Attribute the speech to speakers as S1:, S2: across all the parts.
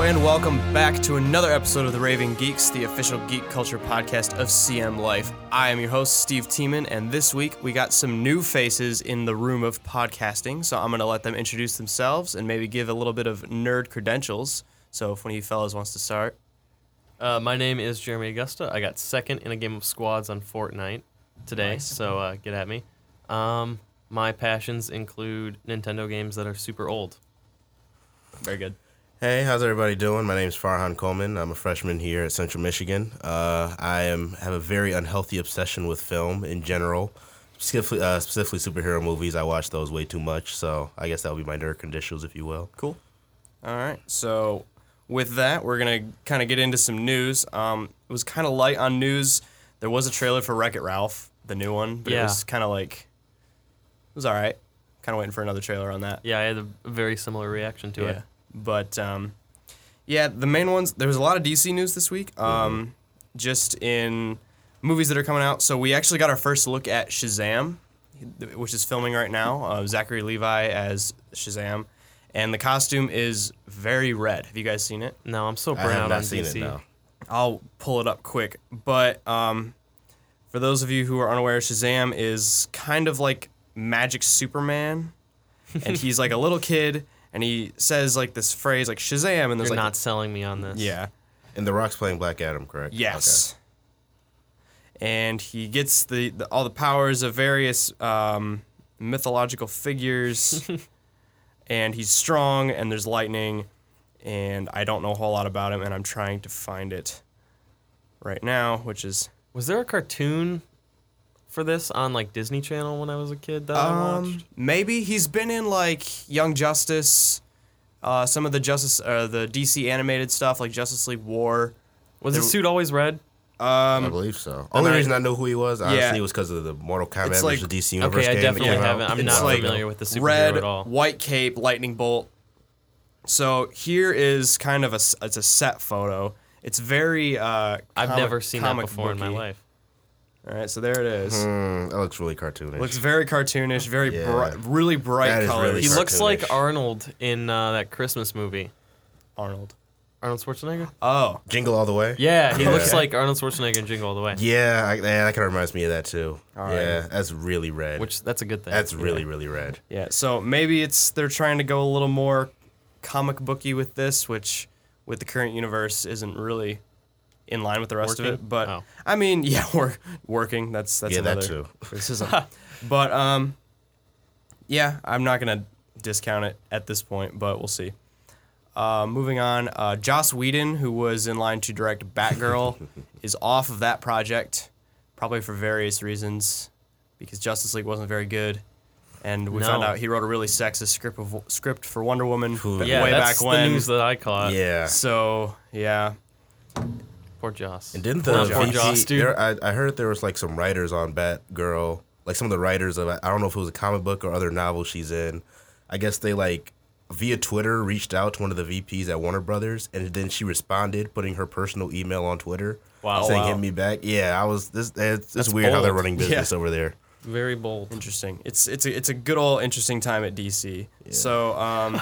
S1: and welcome back to another episode of the Raving Geeks, the official geek culture podcast of CM Life. I am your host, Steve Tiemann, and this week we got some new faces in the room of podcasting. So I'm going to let them introduce themselves and maybe give a little bit of nerd credentials. So if one of you fellas wants to start,
S2: Uh, my name is Jeremy Augusta. I got second in a game of squads on Fortnite today, so uh, get at me. Um, my passions include Nintendo games that are super old. Very good.
S3: Hey, how's everybody doing? My name is Farhan Coleman. I'm a freshman here at Central Michigan. Uh, I am have a very unhealthy obsession with film in general, specifically, uh, specifically superhero movies. I watch those way too much, so I guess that would be my nerd conditions, if you will.
S1: Cool. All right. So with that, we're gonna kind of get into some news. Um, it was kind of light on news. There was a trailer for Wreck It Ralph, the new one, but it
S2: Yeah.
S1: was kind of like it was all right. Kind of waiting for another trailer on that.
S2: Yeah, I had a very similar reaction to it.
S1: But um, yeah, the main ones. There was a lot of DC news this week. Um, just in movies that are coming out. So we actually got our first look at Shazam, which is filming right now. Uh, Zachary Levi as Shazam, and the costume is very red. Have you guys seen it?
S2: No, I'm so
S3: I have
S2: brown
S3: not
S2: on
S3: seen
S2: DC.
S3: it now.
S1: I'll pull it up quick. But um, for those of you who are unaware, Shazam is kind of like Magic Superman, and he's like a little kid, and he says like this phrase like Shazam, and there's
S2: You're
S1: like
S2: not selling me on this.
S1: yeah,
S3: And The Rock's playing Black Adam, correct?
S1: yes. And he gets the, the all the powers of various um, mythological figures, and he's strong, and there's lightning, and I don't know a whole lot about him, and I'm trying to find it right now, which is
S2: Was there a cartoon for this on like Disney Channel when I was a kid that I
S1: Um,
S2: watched?
S1: maybe he's been in like Young Justice, uh, some of the Justice, uh, the DC animated stuff like Justice League War.
S2: Was the
S1: there-
S2: suit always red?
S3: Okay.
S2: Um,
S3: I believe so. Only
S1: I-
S3: reason I knew who he was, honestly,
S1: Yeah.
S3: was because of the Mortal Kombat,
S1: It's
S3: which
S1: like-
S3: is the DC Universe
S2: Okay, I
S3: game
S2: definitely
S3: that came
S2: haven't.
S3: out.
S2: I'm
S1: It's
S2: not
S1: like
S2: familiar with the superhero
S1: Red,
S2: at all.
S1: white cape, lightning bolt. So here is kind of a s- it's a set photo. It's very uh,
S2: I've
S1: comic-
S2: never seen that
S1: comic
S2: before in my
S1: booky.
S2: life.
S1: All right, so there it is.
S3: Mm, that looks really cartoonish.
S1: Looks very cartoonish, very
S3: Yeah.
S1: bright, really bright
S3: That is
S1: colors.
S3: really
S2: He looks like
S3: cartoonish.
S2: Arnold in uh, that Christmas movie.
S1: Arnold.
S2: Arnold Schwarzenegger?
S1: Oh,
S3: Jingle all the way.
S2: Yeah, he looks
S3: Okay.
S2: like Arnold Schwarzenegger in Jingle All the Way.
S3: Yeah, I, yeah, that kind of reminds me of that too.
S1: right.
S3: Yeah, that's really red.
S2: Which that's a good thing.
S3: That's really, really red.
S1: Yeah, so maybe it's they're trying to go a little more comic booky with this, which with the current universe isn't really in line with the rest of
S2: Working?
S1: it. But
S2: Oh.
S1: I mean, yeah, we're working. That's that's
S3: Yeah, that
S1: another
S3: too.
S1: criticism. but um, yeah, I'm not gonna discount it at this point, but we'll see. Uh, moving on, uh, Joss Whedon, who was in line to direct Batgirl, is off of that project, probably for various reasons, because Justice League wasn't very good, and we found
S2: No.
S1: out he wrote a really sexist script of, script for Wonder Woman
S3: Who-
S1: ba-
S2: yeah,
S1: way
S2: that's
S1: back when.
S2: the news that I caught.
S3: yeah.
S1: So yeah,
S2: Poor Joss.
S3: And didn't
S2: Poor
S3: the
S2: Joss,
S3: VP,
S2: Joss, dude.
S3: there, I, I heard there was like some writers on Batgirl, like some of the writers of I don't know if it was a comic book or other novel she's in. I guess they like via Twitter reached out to one of the VPs at Warner Brothers, and then she responded, putting her personal email on Twitter,
S2: Wow.
S3: saying
S2: Wow.
S3: "Hit me back." Yeah, I was this. It's, it's weird how
S1: bold.
S3: they're running business
S1: Yeah.
S3: over there.
S2: Very bold.
S1: interesting. It's it's a, it's a good old interesting time at DC. So um.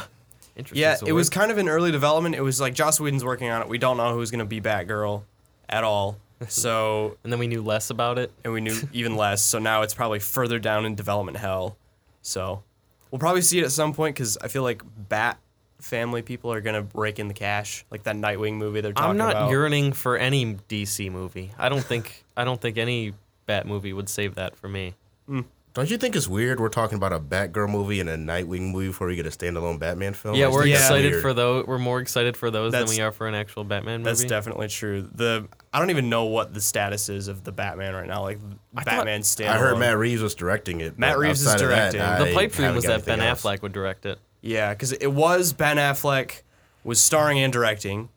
S2: Interesting.
S1: Yeah,
S2: So
S1: it was
S2: we're-
S1: kind of in early development. It was like Joss Whedon's working on it. We don't know who's gonna be Batgirl at all. So
S2: And then we knew less about it.
S1: and we knew even less. So now it's probably further down in development hell. So we'll probably see it at some point because I feel like Bat family people are gonna rake in the cash, like that Nightwing movie they're talking
S2: I'm not
S1: about.
S2: yearning for any DC movie. I don't think I don't think any Bat movie would save that for me.
S3: Don't you think it's weird? We're talking about a Batgirl movie and a Nightwing movie before we get a standalone Batman film.
S2: yeah,
S3: It's
S2: we're
S3: just
S1: yeah.
S2: excited
S3: weird.
S2: for those. We're more excited for those than
S1: That's-
S2: we are for an actual Batman movie.
S1: That's definitely true. The I don't even know what the status is of the Batman right now. Like Batman standalone.
S3: I heard Matt Reeves was directing it.
S1: Matt
S3: but
S1: Reeves is
S3: outside of that,
S1: directing.
S2: the
S3: I
S2: pipe dream
S3: haven't
S2: was
S3: got
S2: that Ben
S3: anything else.
S2: Affleck would direct it.
S1: Yeah, because it was Ben Affleck was starring and directing, and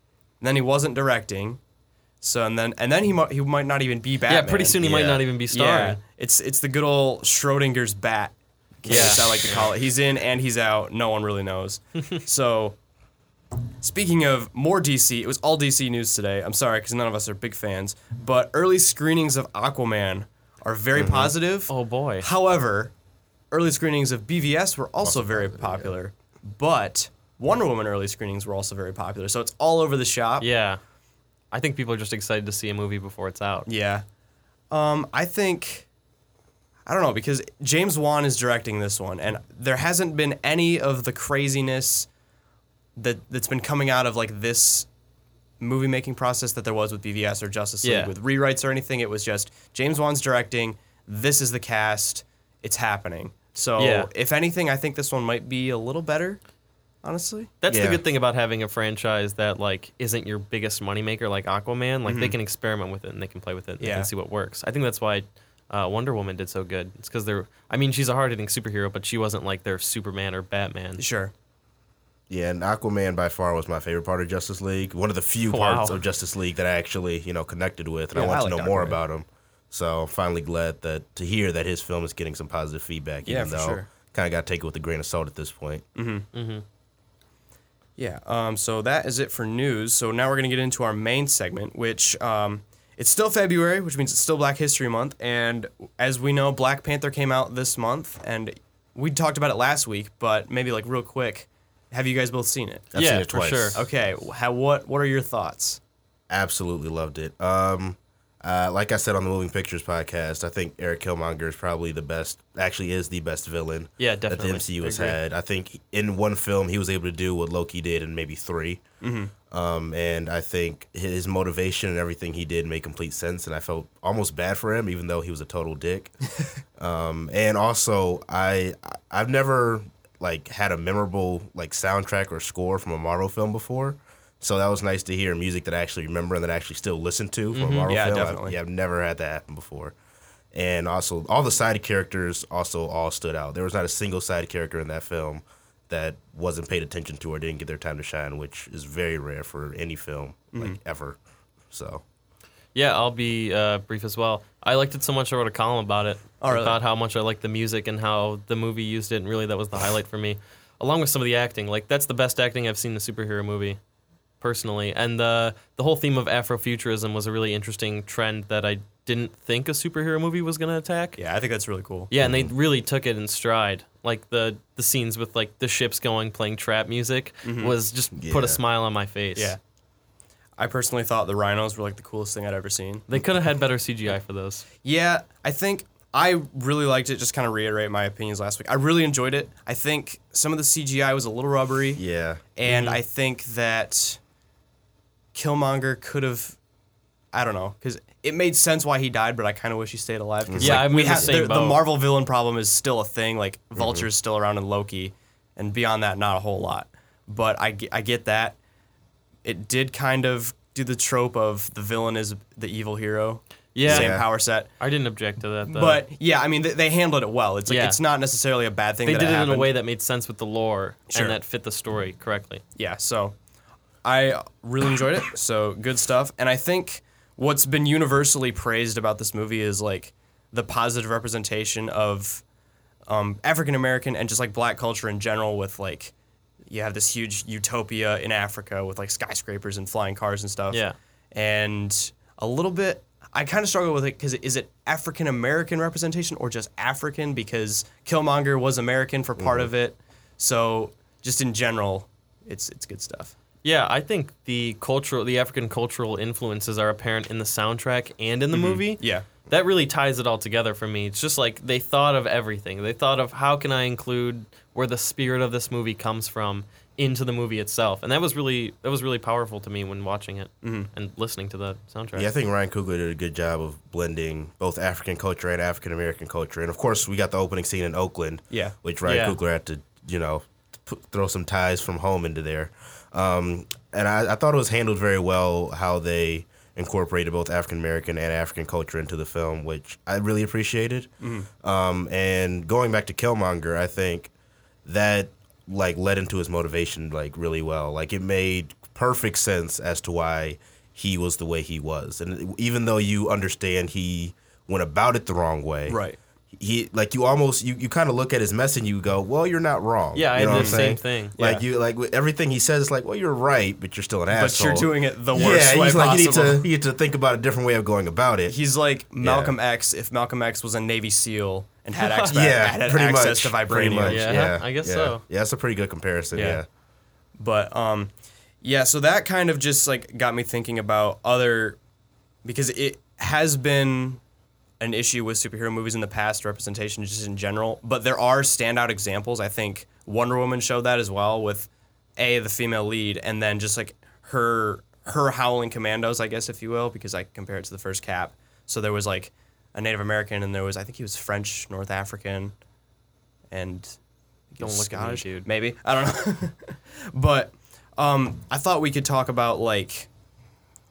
S1: then he wasn't directing. So and then and then he might he might not even be Batman.
S2: Yeah, pretty soon he might
S3: Yeah.
S2: not even be
S1: Yeah,
S2: starring.
S1: it's it's the good old Schrodinger's bat. Yeah,
S2: Yeah.
S1: I like to call it. He's in and he's out. No one really knows. so, speaking of more DC, it was all DC news today. I'm sorry because none of us are big fans, but early screenings of Aquaman are very positive.
S2: Oh, boy.
S1: However, early screenings of BVS were also very popular, but Wonder Woman early screenings were also very popular. So it's all over the shop.
S2: Yeah. I think people are just excited to see a movie before it's out.
S1: Yeah. Um, I think I don't know because James Wan is directing this one, and there hasn't been any of the craziness that that's been coming out of like this movie making process that there was with BVS or Justice League
S2: Yeah.
S1: with rewrites or anything. It was just James Wan's directing. This is the cast. It's happening. So
S2: Yeah.
S1: if anything, I think this one might be a little better. Honestly,
S2: That's
S3: Yeah.
S2: the good thing about having a franchise that like isn't your biggest moneymaker like Aquaman. Like
S3: Mm-hmm.
S2: they can experiment with it and they can play with it and they
S1: Yeah.
S2: can see what works. I think that's why uh, Wonder Woman did so good. It's because they're I mean she's a hard hitting superhero, but she wasn't like their Superman or Batman.
S1: sure.
S3: Yeah, and Aquaman by far was my favorite part of Justice League. One of the few
S2: Wow.
S3: parts of Justice League that I actually, you know, connected with, and
S1: Yeah,
S3: I want
S1: I
S3: to know
S1: like
S3: more
S1: Aquaman.
S3: about him. So I'm finally glad that to hear that his film is getting some positive feedback,
S1: Yeah,
S3: even
S1: for
S3: though
S1: sure.
S3: kind of got to take it with a grain of salt at this point.
S1: Yeah. Um, so that is it for news. So now we're going to get into our main segment, which um, it's still February, which means it's still Black History Month. And as we know, Black Panther came out this month, and we talked about it last week, but maybe like real quick, have you guys both seen it?
S3: I've
S2: Yeah,
S3: seen it
S2: for
S3: twice.
S2: sure.
S1: Okay. wh- How, what What are your thoughts?
S3: Absolutely loved it. Um, uh, like I said on the Moving Pictures podcast, I think Eric Killmonger is probably the best, actually is the best villain.
S2: Yeah,
S3: That
S2: definitely.
S3: the MCU
S2: I
S3: has
S2: agree.
S3: had. I think in one film he was able to do what Loki did in maybe 3
S2: Mm-hmm.
S3: Um, and I think his motivation and everything he did made complete sense. And I felt almost bad for him, even though he was a total dick. um, and also, I I've never like had a memorable like soundtrack or score from a Marvel film before. So that was nice to hear music that I actually remember and that I actually still listen to from a Marvel
S1: Mm-hmm. Yeah,
S3: film. I've-
S1: definitely.
S3: yeah, I've never had that happen before. And also, all the side characters also all stood out. There was not a single side character in that film that wasn't paid attention to or didn't get their time to shine, which is very rare for any film
S1: Mm-hmm.
S3: like ever. So
S2: Yeah, I'll be uh, brief as well. I liked it so much I wrote a column about it.
S1: Oh, really?
S2: About how much I liked the music and how the movie used it, and really that was the highlight for me, along with some of the acting. Like that's the best acting I've seen in a superhero movie, personally. And the the whole theme of Afrofuturism was a really interesting trend that I didn't think a superhero movie was gonna attack.
S1: Yeah, I think that's really cool.
S2: Yeah, and they really took it in stride. Like the the scenes with like the ships going playing trap music was just put
S3: Yeah.
S2: a smile on my face.
S1: Mm-hmm. Yeah. I personally thought the rhinos were like the coolest thing I'd ever seen.
S2: They could have had better CGI for those.
S1: Yeah, I think I really liked it. Just kind of reiterate my opinions last week. I really enjoyed it. I think some of the CGI was a little rubbery.
S3: yeah,
S1: And
S2: Mm.
S1: I think that Killmonger could have, I don't know, because it made sense why he died, but I kind of wish he stayed alive. 'cause,
S2: Mm. Yeah,
S1: like,
S2: I'm
S1: we
S2: in the
S1: have
S2: same
S1: the, the
S2: boat. Mm-hmm.
S1: Marvel villain problem is still a thing. Like Vulture's still around in Loki, and beyond that, not a whole lot. But I, ge- I get that. It did kind of do the trope of the villain is the evil hero.
S2: Yeah.
S1: Same
S3: Yeah.
S1: power set.
S2: I didn't object to that though.
S1: But yeah, I mean they, they handled it well. It's like
S2: Yeah.
S1: it's not necessarily a bad thing.
S2: they
S1: that
S2: did it in a
S1: happened.
S2: way that made sense with the lore
S1: Sure.
S2: and that fit the story correctly.
S1: yeah, so I really enjoyed it. So good stuff. And I think what's been universally praised about this movie is like the positive representation of um, African American and just like black culture in general. With like, you have this huge utopia in Africa with like skyscrapers and flying cars and stuff.
S2: Yeah.
S1: And a little bit, I kind of struggle with it because is it African American representation or just African? Because Killmonger was American for part of it. So just in general, it's it's good stuff.
S2: Yeah, I think the cultural, the African cultural influences are apparent in the soundtrack and
S3: Mm-hmm.
S2: in the movie.
S1: Yeah.
S2: that really ties it all together for me. It's just like they thought of everything. They thought of how can I include where the spirit of this movie comes from into the movie itself, and that was really that was really powerful to me when watching it and listening to the soundtrack.
S3: Mm-hmm. yeah. I think Ryan Coogler did a good job of blending both African culture and African American culture. And of course, we got the opening scene in Oakland.
S1: Yeah.
S3: which Ryan
S2: Yeah.
S3: Coogler had to, you know, p- throw some ties from home into there. Um, and I, I thought it was handled very well how they incorporated both African American and African culture into the film, which I really appreciated. Um, and going back to Killmonger, I think that like led into his motivation like really well. Like it made perfect sense as to why he was the way he was, and even though you understand he went about it the wrong way,
S1: Right.
S3: he like you almost you, you kind of look at his mess and you go, well, you're not wrong.
S2: Yeah, I
S3: you
S2: did
S3: what
S2: the
S3: I'm
S2: same
S3: saying?
S2: thing.
S3: Like
S1: Yeah.
S3: you like with everything he says, it's like, well, you're right, but you're still an
S1: But
S3: asshole.
S1: you're doing it the worst
S3: yeah,
S1: way
S3: he's like
S1: possible.
S3: you need to you need to think about a different way of going about it.
S1: He's like Malcolm X if Malcolm X was a Navy SEAL and had, access-
S3: yeah,
S1: had
S3: pretty
S1: access
S3: much,
S1: to
S3: pretty
S1: vibranium.
S3: much,
S2: Yeah,
S3: Yeah,
S2: I guess
S3: yeah.
S2: so.
S3: Yeah, that's a pretty good comparison.
S1: Yeah.
S3: Yeah,
S1: But um, yeah, so that kind of just like got me thinking about other because it has been an issue with superhero movies in the past, representation just in general. But there are standout examples. I think Wonder Woman showed that as well with a the female lead, and then just like her her howling commandos, I guess if you will, because I compare it to the first Cap. So there was like a Native American, and there was I think he was French, North African, and I think he was
S2: Don't look at me,
S1: Scottish,
S2: dude.
S1: Maybe I don't know, but um, I thought we could talk about like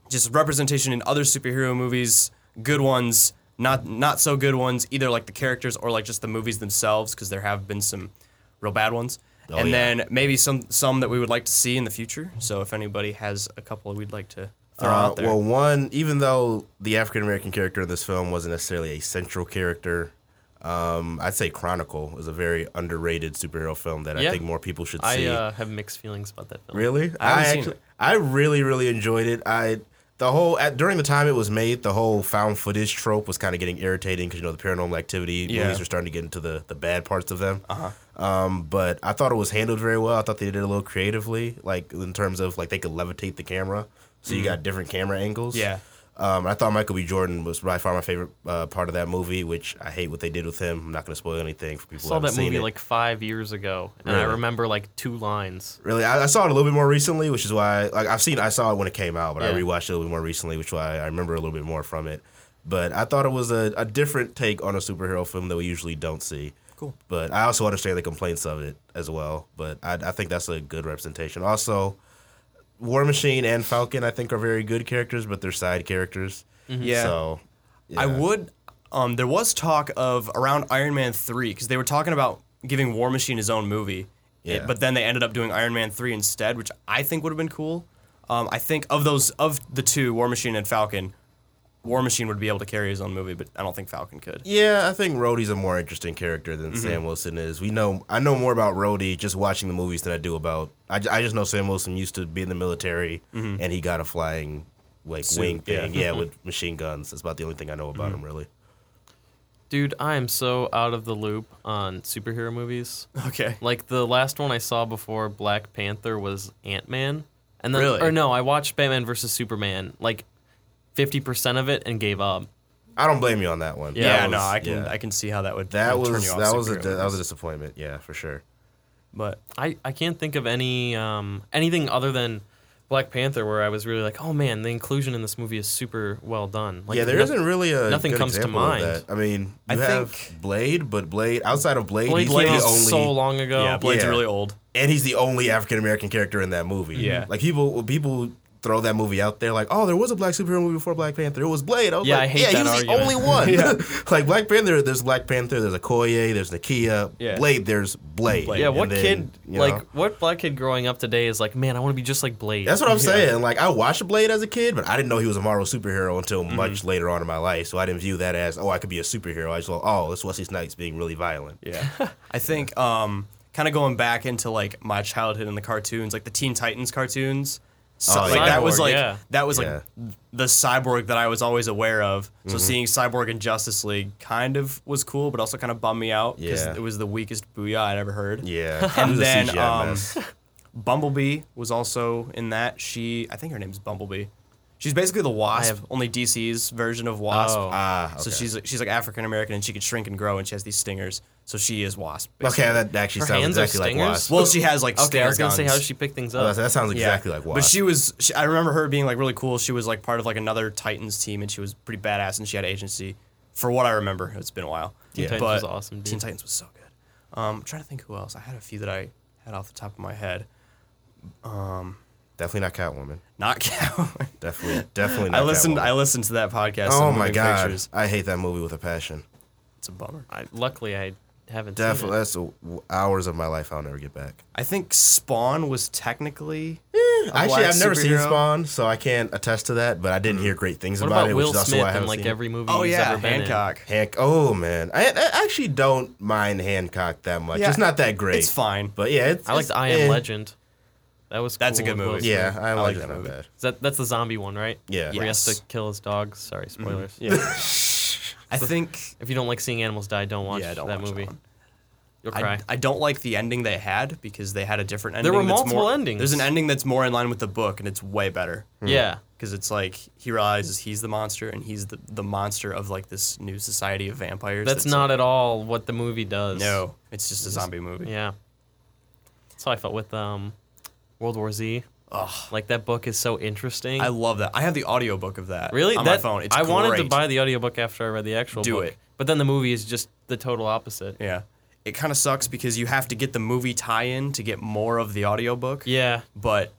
S1: just representation in other superhero movies, good ones, not not so good ones, either like the characters or like just the movies themselves, because there have been some real bad ones.
S3: Oh,
S1: and
S3: yeah.
S1: then maybe some some that we would like to see in the future. So if anybody has a couple we'd like to throw
S3: Uh,
S1: out there.
S3: Well, one, even though the African American character in this film wasn't necessarily a central character, um, I'd say Chronicle is a very underrated superhero film that I
S2: Yeah.
S3: think more people should
S2: I
S3: see.
S2: uh, have mixed feelings about that film.
S3: Really?
S1: I haven't seen
S3: actually, I really, really enjoyed it. I the whole at, during the time it was made, the whole found footage trope was kind of getting irritating because you know the paranormal
S1: Yeah.
S3: activity
S1: Uh-huh.
S3: movies were starting to get into the the bad parts of them. Um, but I thought it was handled very well. I thought they did it a little creatively, like in terms of like they could levitate the camera, so you got different camera angles.
S1: Mm-hmm. Yeah.
S3: Um, I thought Michael B. Jordan was by far my favorite uh, part of that movie, which I hate what they did with him. I'm not going to spoil anything for people. who
S2: saw
S3: haven't
S2: that
S3: seen
S2: movie
S3: it.
S2: like five years ago, and I
S3: Really?
S2: remember like two lines.
S3: Really, I, I saw it a little bit more recently, which is why like I've seen I saw it when it came out, but I
S2: Yeah.
S3: rewatched it a little bit more recently, which is why I remember a little bit more from it. But I thought it was a, a different take on a superhero film that we usually don't see.
S1: Cool.
S3: But I also understand the complaints of it as well. But I, I think that's a good representation. Also, War Machine and Falcon I think are very good characters, but they're side characters.
S1: Mm-hmm. Yeah.
S3: So
S1: I
S3: yeah.
S1: would. Um, there was talk of around Iron Man three because they were talking about giving War Machine his own movie, It-
S3: Yeah.
S1: but then they ended up doing Iron Man three instead, which I think would have been cool. Um, I think of those of the two, War Machine and Falcon, War Machine would be able to carry his own movie, but I don't think Falcon could.
S3: Yeah, I think Rhodey's a more interesting character than
S1: Mm-hmm.
S3: Sam Wilson is. We know I know more about Rhodey just watching the movies than I do about. I, ju- I just know Sam Wilson used to be in the military and he got a flying
S1: Mm-hmm.
S3: like
S1: Suit,
S3: wing
S1: yeah. Mm-hmm.
S3: thing, yeah, with machine guns. That's about the only thing I know about him really.
S2: Dude, I am so out of the loop on superhero movies.
S1: Okay.
S2: Like the last one I saw before Black Panther was Ant Man, and then
S1: Really?
S2: or no, I watched Batman versus Superman like fifty percent of it and gave up.
S3: I don't blame you on that one.
S2: Yeah,
S1: Yeah,
S3: That
S1: no,
S3: was-
S1: I can
S3: yeah.
S1: I can see how that would
S3: that
S1: would turn
S3: was
S1: you off
S3: that was a
S1: superhero
S3: that was a
S1: movies.
S3: disappointment. Yeah, for sure.
S1: but
S2: I, I can't think of any um, anything other than Black Panther where I was really like, oh man, the inclusion in this movie is super well done. Like,
S3: yeah, there
S2: no-
S3: not really a
S2: nothing
S3: good
S2: comes to
S3: example of
S2: mind.
S3: that. I mean, you
S1: I
S3: have
S1: think-
S3: Blade, but Blade outside of Blade,
S2: Blade
S3: he's
S2: Blade
S3: the
S2: is
S3: only
S2: so long ago.
S1: yeah, Blade's
S3: Yeah.
S1: really old.
S3: and he's the only African American character in that movie. Mm-hmm.
S1: Yeah.
S3: like people well, people throw that movie out there like, oh, there was a black superhero movie before Black Panther. It was Blade. I was
S2: Yeah,
S3: like,
S2: I hate
S3: yeah,
S2: that
S3: he was
S2: argument.
S3: the only one. like Black Panther, there's Black Panther, there's Okoye, there's Nakia.
S1: Yeah.
S3: Blade, there's Blade.
S1: Blade.
S2: Yeah,
S3: And
S2: what
S3: then,
S2: kid
S3: you
S2: like
S3: know,
S2: what black kid growing up today is like, man, I want to be just like Blade.
S3: That's what I'm saying. Like I watched Blade as a kid, but I didn't know he was a Marvel superhero until
S2: Mm-hmm.
S3: much later on in my life. So I didn't view that as, oh, I could be a superhero. I just thought, oh, this Wesley Snipes being really violent.
S1: Yeah. I think um kind of going back into like my childhood and the cartoons, like the Teen Titans cartoons. So,
S3: Oh,
S1: like that was
S2: Cyborg,
S1: like
S2: yeah.
S1: that was like
S3: Yeah. Mm-hmm.
S1: the cyborg that I was always aware of. So seeing Cyborg in Justice League kind of was cool, but also kind of bummed me out because
S3: Yeah.
S1: it was the weakest booyah I'd ever heard.
S3: Yeah,
S1: And
S3: It was a
S1: then,
S3: CGI
S1: um,
S3: mess.
S1: Bumblebee was also in that. She I think her name's Bumblebee. She's basically the Wasp,
S2: have-
S1: only DC's version of Wasp.
S2: Oh.
S3: Ah,
S1: So
S3: okay.
S1: she's she's like African American and she can shrink and grow and she has these stingers. So she is Wasp.
S3: okay, that actually
S2: Her
S3: sounds
S2: hands are
S3: exactly like
S2: stingers?
S3: Wasp.
S1: Well, she has like
S2: Okay, I was gonna
S1: guns.
S2: say how does she pick things
S3: Oh,
S2: up?
S3: that, that sounds
S1: Yeah.
S3: exactly like Wasp.
S1: But she was. She, I remember her being like really cool. She was like part of like another Titans team, and she was pretty badass, and she had agency. For what I remember, it's been a while.
S2: Teen Titans
S1: but
S2: was awesome, dude.
S1: Teen Titans was so good. Um, I'm trying to think who else. I had a few that I had off the top of my head.
S3: definitely not Catwoman.
S1: Not Cowboy.
S3: Definitely, definitely not.
S1: I listened.
S3: Catwoman.
S1: I listened to that podcast.
S3: oh
S1: of
S3: my
S1: moving
S3: god,
S1: pictures.
S3: I hate that movie with a passion.
S1: it's a bummer.
S2: I, luckily, I haven't
S3: Definitely,
S2: seen it.
S3: that's a, hours of my life I'll never get back.
S1: I think Spawn was technically.
S3: Actually,
S1: black
S3: I've never seen
S1: superhero.
S3: Spawn, so I can't attest to that. But I didn't hear great things
S2: What
S3: about,
S2: about
S3: it,
S2: Will
S3: which is also
S2: Smith
S3: why I
S2: and
S3: haven't
S2: like
S3: seen it.
S2: every movie
S1: Oh
S2: he's
S1: yeah,
S2: ever been
S1: Hancock.
S3: Hanc- oh man, I, I actually don't mind Hancock that much.
S1: Yeah,
S3: it's not that great.
S1: It's fine.
S3: but yeah, it's,
S2: in? I liked
S3: it's-
S2: I Am
S3: eh.
S2: Legend. That was
S1: That's a
S2: cool
S1: good
S2: with Will
S1: movie.
S2: Smith.
S3: Yeah, I,
S1: I like
S3: like
S1: that
S3: that not
S1: movie.
S3: bad.
S2: Is that that's the zombie one, right?
S3: Yeah.
S2: Where he has
S1: Yes.
S2: to kill his dog. Sorry,
S3: Mm-hmm.
S2: spoilers.
S1: Yeah. I think.
S2: If you don't like seeing animals die, don't watch
S1: yeah, I don't
S2: that
S1: watch
S2: movie.
S1: one.
S2: You'll cry.
S1: I, I don't like the ending they had because they had a different ending.
S2: There were
S1: that's
S2: multiple
S1: more,
S2: endings.
S1: There's an ending that's more in line with the book, and it's way better.
S2: yeah.
S1: Because it's like he realizes he's the monster, and he's the, the monster of like this new society of vampires.
S2: That's not at all what the movie does.
S1: no, it's just a zombie movie.
S2: Yeah. That's how I felt with um, World War Z.
S1: Ugh.
S2: Like that book is so interesting.
S1: I love that. I have the audiobook of that.
S2: really
S1: on
S2: that,
S1: my phone. It's
S2: I wanted to
S1: great.
S2: buy the audiobook after I read the actual
S1: Do
S2: book.
S1: it.
S2: But then the movie is just the total opposite.
S1: Yeah, it kind of sucks because you have to get the movie tie-in to get more of the audiobook.
S2: Yeah.
S1: but